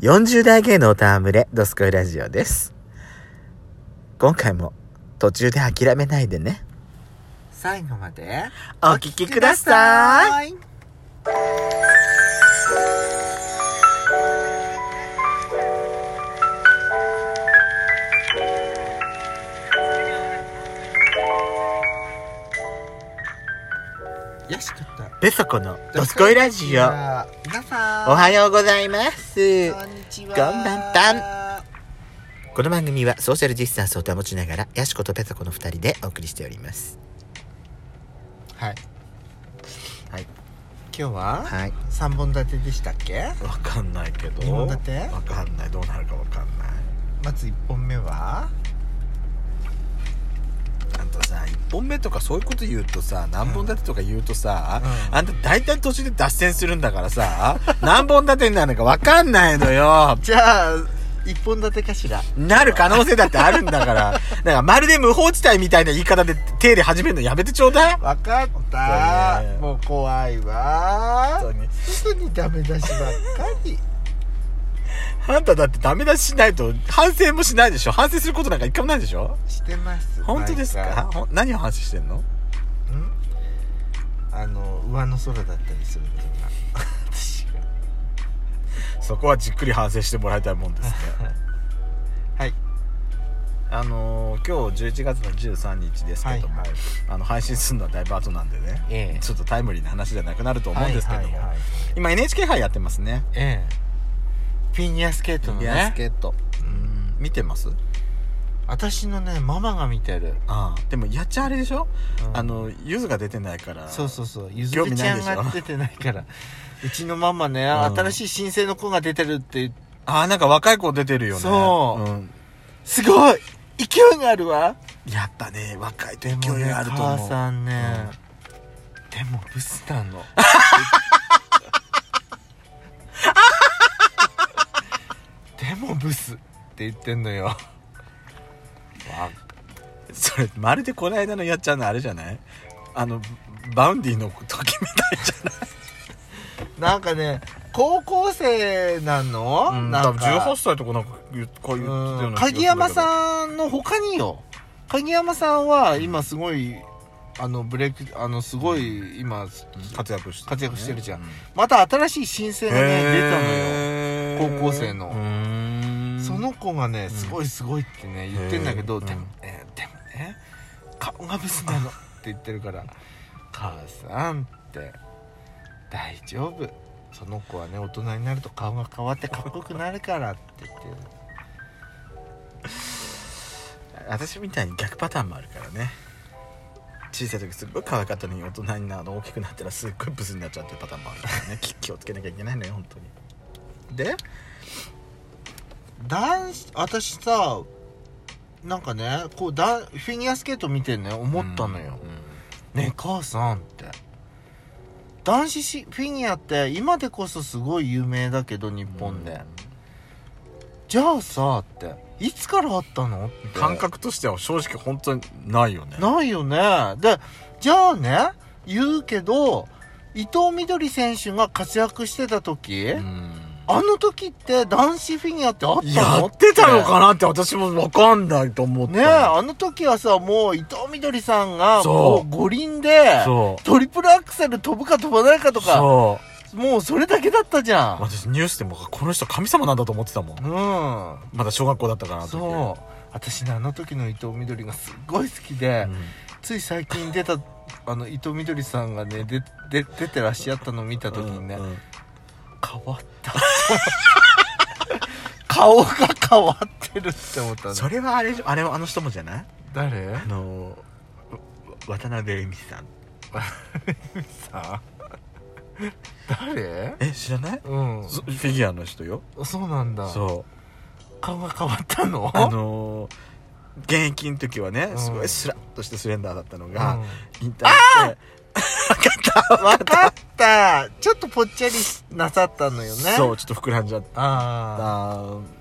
40代芸能タームレ、ドスコイラジオです。今回も途中で諦めないでね。最後までお聞きください。よし、ちょっと。ペソコのドスコイラジオ。皆さおはようございます。こんにちは。こんばんたこの番組はソーシャルディスタンスを保ちながら、ヤシコとペソコの二人でお送りしております。はい。はい。今日ははい。三本立てでしたっけわかんないけど。二本立てわかんない。どうなるかわかんない。まず一本目はあんたさ、1本目とかそういうこと言うとさ、何本立てとか言うとさ、うんあんた大体途中で脱線するんだからさ、 何本立てになるのかわかんないのよ。じゃあ、一本立てかしら。なる可能性だってあるんだから。なんかまるで無法地帯みたいな言い方で手で始めるのやめてちょうだい。わかったね。もう怖いわ。に。すぐにダメ出しばっかり。あんただってダメ出ししないと反省もしないでしょ反省することなんか一回もないでしょしてます。本当ですかほん何を反省してんの毎回んあの、上の空だったりするのかな。私が。そこはじっくり反省してもらいたいもんですね はい。あのー今日11月の13日ですけども、はいはいあの配信するのはだいぶ後なんでね、ええちょっとタイムリーな話じゃなくなると思うんですけども、はいはいはい今 NHK 杯やってますねええフィギュアスケートのフィギュアスねケートうん見てます私のねママが見てる、ああでもやっちゃあれでしょ、うんあのゆずが出てないからそうそうそうゆず興る味ちないゃでんしょが出てないから うちのママね、ん新しい新生の子が出てるって言ってああなんか若い子出てるよねそうんすごい勢いがあるわやっぱね若いとで勢もいねがあると思う母さんね、でもブス なのでもブスって言ってんのよわそれまるでこの間のやっちゃんのあれじゃないあのバウンディの時みたいじゃないなんかね高校生なの、なんか歳とかなんか言うこううん気がする鍵山さんの他によ鍵山さんは今すごいあのブレイクあのすごい今活躍して活躍してるじゃんうまた新しい新生がね出たのよへー高校生のうーんその子がねすごいすごいってね言ってんだけへどーでもうんねでもね顔がブスなのって言ってるから母さんって大丈夫その子はね大人になると顔が変わってかっこよくなるからって言ってる私みたいに逆パターンもあるからね小さい時すっごい可愛かったのに大人になるの大きくなったらすっごいブスになっちゃうっていうパターンもあるから ね気気をつけなきゃいけないのよ本当にで男子私さなんかねこうだフィギュアスケート見てね思ったのよ、ねえ母さんって男子しフィギュアって今でこそすごい有名だけど日本で、じゃあさっていつからあったのって感覚としては正直本当にないよねないよねでじゃあね言うけど伊藤みどり選手が活躍してた時、うんあの時って男子フィギュアってあったのやってたのかなって私も分かんないと思ってねえあの時はさもう伊藤みどりさんがそうもう五輪でそうトリプルアクセル飛ぶか飛ばないかとかそうもうそれだけだったじゃん私ニュースでもこの人神様なんだと思ってたもんうんまだ小学校だったからあの時そう私ねあの時の伊藤みどりがすっごい好きで、うんつい最近出た あの伊藤みどりさんがねでで出てらっしゃったのを見た時にね、うんうん変わった 顔が変わってるって思ったのそれはあれあれはあの人もじゃない誰あのわ渡辺恵美さんさ誰え知らないうんそフィギュアの人よそうなんだそう顔が変わったのあのー現役の時はねうんすごいスラッとしてスレンダーだったのうがん引退してわかったちょっとぽっちゃりなさったのよねそうちょっと膨らんじゃっあた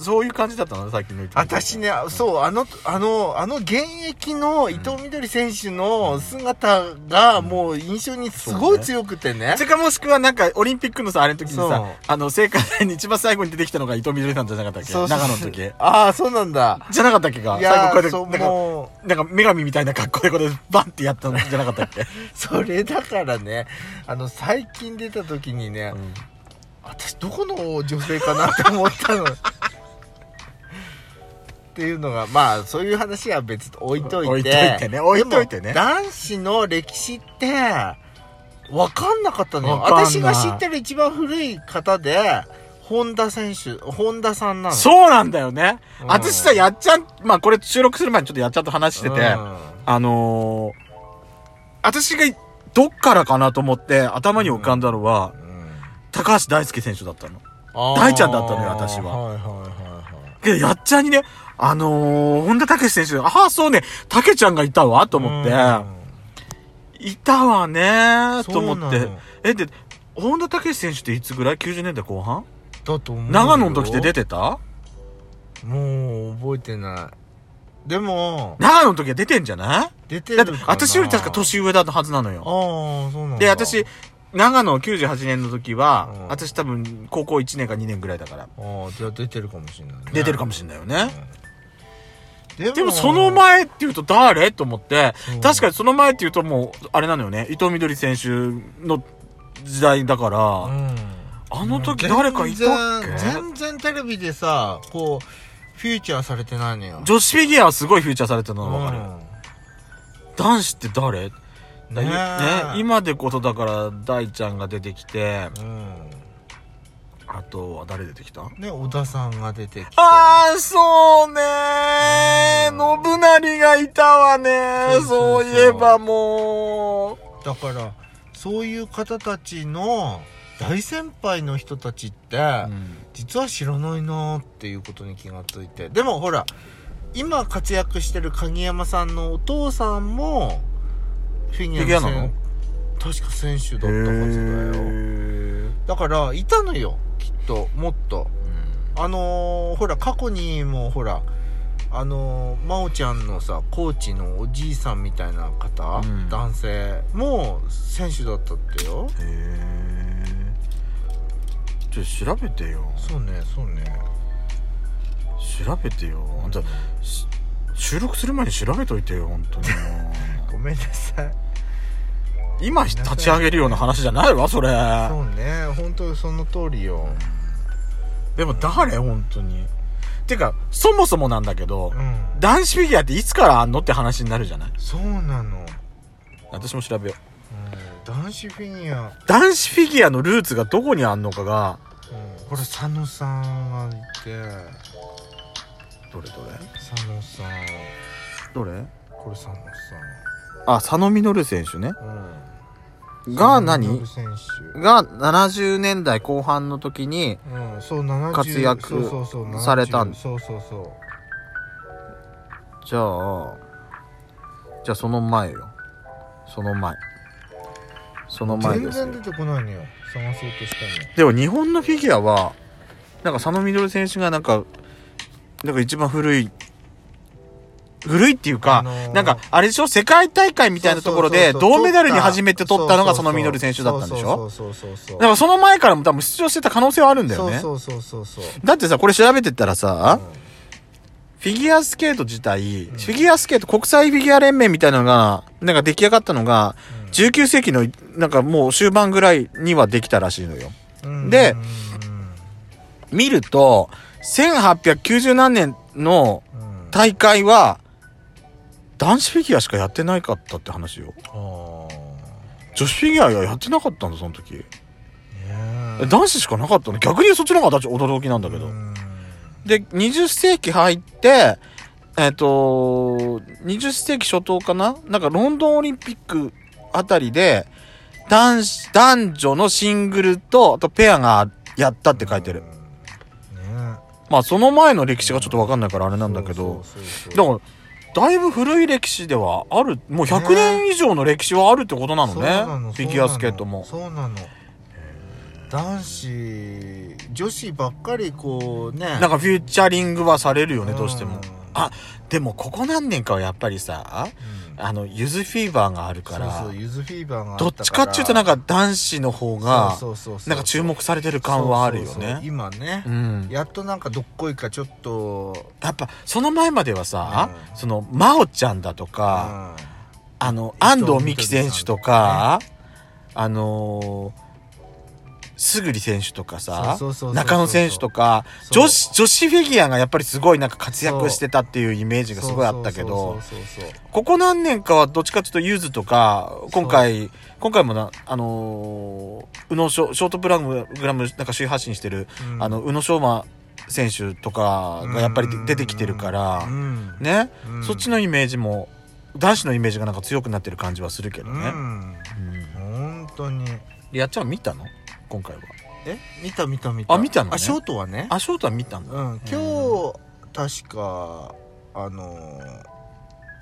そういう感じだったのさっきの言ってた私ね、そう、あの、あの、あの現役の伊藤みどり選手の姿がもう印象にすごい強くてねそ。れかもしくはなんかオリンピックのさあれの時にそうさあの聖火台に一番最後に出てきたのが伊藤みどりさんじゃなかったっけそうそう長野の時ああ、そうなんだ。じゃなかったっけかい最後やこうやっー、てそう、なんかなもんか女神みたいな格好でこれバンってやったのじゃなかったっけ、 う、それだからね、あの、最近出た時にね、私どこの女性かなと思ったのっていうのがまあそういう話は別と置いとい置ていといてね置いといてねでも男子の歴史って分かんなかったのよわかんない私が知ってる一番古い方で本田選手本田さんなのうそうなんだよね、うん私さやっちゃんまあこれ収録する前にちょっとやっちゃんと話してて、んあのー、私がどっからかなと思って頭に浮かんだのは、うん高橋大輔選手だったの。あー大ちゃんだったのよ私ははいはいはいはいけど、やっちゃんにね、あのー、本田武史選手、ああ、そうね、武ちゃんがいたわ、と思って、いたわねー、と思っそうてなの。え、で、本田武史選手っていつぐらい ?90 年代後半だと思うよ長野の時って出てたもう覚えてないでも長野の時は出てんじゃな出ているだかってな、私より確か年上だったはずなのよ。ああそうなんだで、私、長野98年の時は、うん私多分高校1年か2年ぐらいだから、ああじゃあ出てるかもしれない、ね、出てるかもしんないよね。れない、でもその前って言うと誰と思ってうん、確かにその前って言うともう、あれなのよね、伊藤みどり選手の時代だから、うんあの時誰かいたっけ全然全然テレビでさこうフューチャーされてないのよ女子フィギュアはすごいフューチャーされてるのがわかる、男子って誰だねえね今でこそだから大ちゃんが出てきてうん、うんあとは誰出てきたね小田さんが出てきてああそうねーうん信成がいたわねーそそうそうそうういえばもうだからそういう方たちの大先輩の人たちって、実は知らないなーっていうことに気がついてでもほら今活躍してる鍵山さんのお父さんもフィギュアフのィギュアな選の確か選手だったへはずだよーだからいたのよきっともっとあのー、ほら過去にもほらあのー、真央ちゃんのさコーチのおじいさんみたいな方、うん男性も選手だったってよへえちょっと調べてよそうねそうね調べてよあんたし収録する前に調べといてよ本当にもうごめんなさい今立ち上げるような話じゃないわそれそうね本当その通りよ、でも誰本当にてかそもそもなんだけど、うん男子フィギュアっていつからあんのって話になるじゃないそうなの、うん、私も調べよう男子フィギュア、男子フィギュアのルーツがどこにあんのかがこれ佐野さんがいてどれどれ佐野さんどれこれ佐野さあ佐野稔選手ねん、うん、が佐何野稔選が70年代後半の時に手うんそう70活躍そうそうそう70されたんそうそうそじゃあじゃあその前よその前そのう前全ですよ然出てこないのよ探そうとしたのでも日本のフィギュアはなんか佐野稔選手がなんかなんか一番古い古いっていうか、あのーなんかあれでしょ世界大会みたいなところでそうそうそう銅メダルに初めて取ったのが佐野そうそうそう稔選手だったんでしょそうそうそうそうだからその前からも多分出場してた可能性はあるんだよねそうそうそうそうそうだってさこれ調べてったらさ、うんフィギュアスケート自体、フィギュアスケート国際フィギュア連盟みたいなのがなんか出来上がったのがうん19世紀のなんかもう終盤ぐらいにはできたらしいのようんでうん見ると1890何年のうん大会は男子フィギュアしかやってないかったって話よあー女子フィギュアやってなかったんだその時ねええ男子しかなかったの逆にそっちの方が私驚きなんだけど、うんで20世紀入ってえっ、と20世紀初頭かななんかロンドンオリンピックあたりで男子男女のシングルとあとペアがやったって書いてる、うんねまあその前の歴史がちょっとわかんないからあれえなんだけどそうそうそだうからだいぶ古い歴史ではあるもう100年以上の歴史はあるってことなのねそうなのフィギュアスケートもそうなのそうなの男子女子ばっかりこうねなんかフューチャリングはされるよねどうしてんもあでもここ何年かはやっぱりさうんあのゆずフィーバーがあるからそうそうゆずフィーバーがあたどらっちかっていうとなんか男子の方がそうそうそうそうなんか注目されてる感はあるよそうそうそねう今ねう、んやっとなんかどっこいかちょっとやっぱその前まではさうんその真央ちゃんだとかうんあの伊安藤藤美希選手とかあのーすぐり選手とかさそうそうそうそうそう中野選手とかそう女子女子フィギュアがやっぱりすごいなんか活躍してたっていうイメージがすごいあったけどそうそうそうそうここ何年かはどっちかというとユーズとか今回今回もなあのー宇野ショショートプログラムなんか首位発進してる、そううんあの宇野昌磨選手とかがやっぱりで出てきてるから、うんね、うんそっちのイメージも男子のイメージがなんか強くなってる感じはするけどうね、んうん本当にやっちゃん見たの今回はえ見た見た見たあ見たのねあショートはねあショートは見たんだうん今日確かあの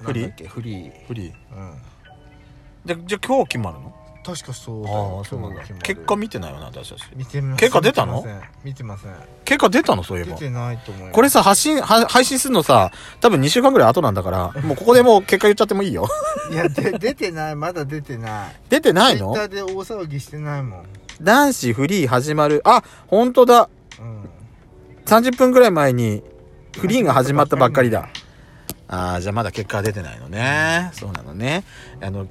ーフリーなんだっけフリーフリーうんじゃじゃあ今日決まるの確かそうだよああそうなん今だ日も決まる結果見てないよな私たち見てみます結果出たの見てません見て結果出たのそういえませんば出てないと思いますこれさ発信は配信するのさ多分2週間ぐらい後なんだ からもうここでもう結果言っちゃってもいいよいやで出てないまだ出てない出てないツイッのターで大騒ぎしてないもん男子フリー始まるあ本当だうん30分ぐらい前にフリーが始まったばっかりだああじゃあまだ結果は出てないのね、そうなのねあの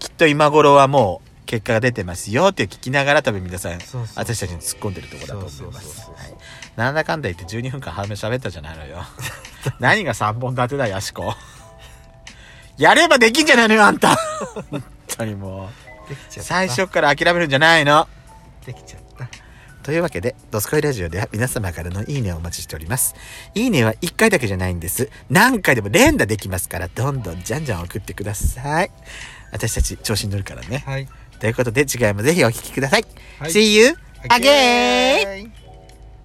きっと今頃はもう結果が出てますよって聞きながら多分皆さんそうそうそう私たちに突っ込んでるところだと思いますそうそうそうそうはいなんだかんだ言って12分間半分喋ったじゃないのよ 何が3本立てだよやしこやればできんじゃないのよあん た本当にもできちうゃった最初から諦めるんじゃないのできちゃったというわけで、ドスコイラジオでは皆様からのいいねをお待ちしております。いいねは1回だけじゃないんです。何回でも連打できますから、どんどんじゃんじゃん送ってください。私たち調子に乗るからね。はいということで、次回もぜひお聴きください。はい See you again! Again!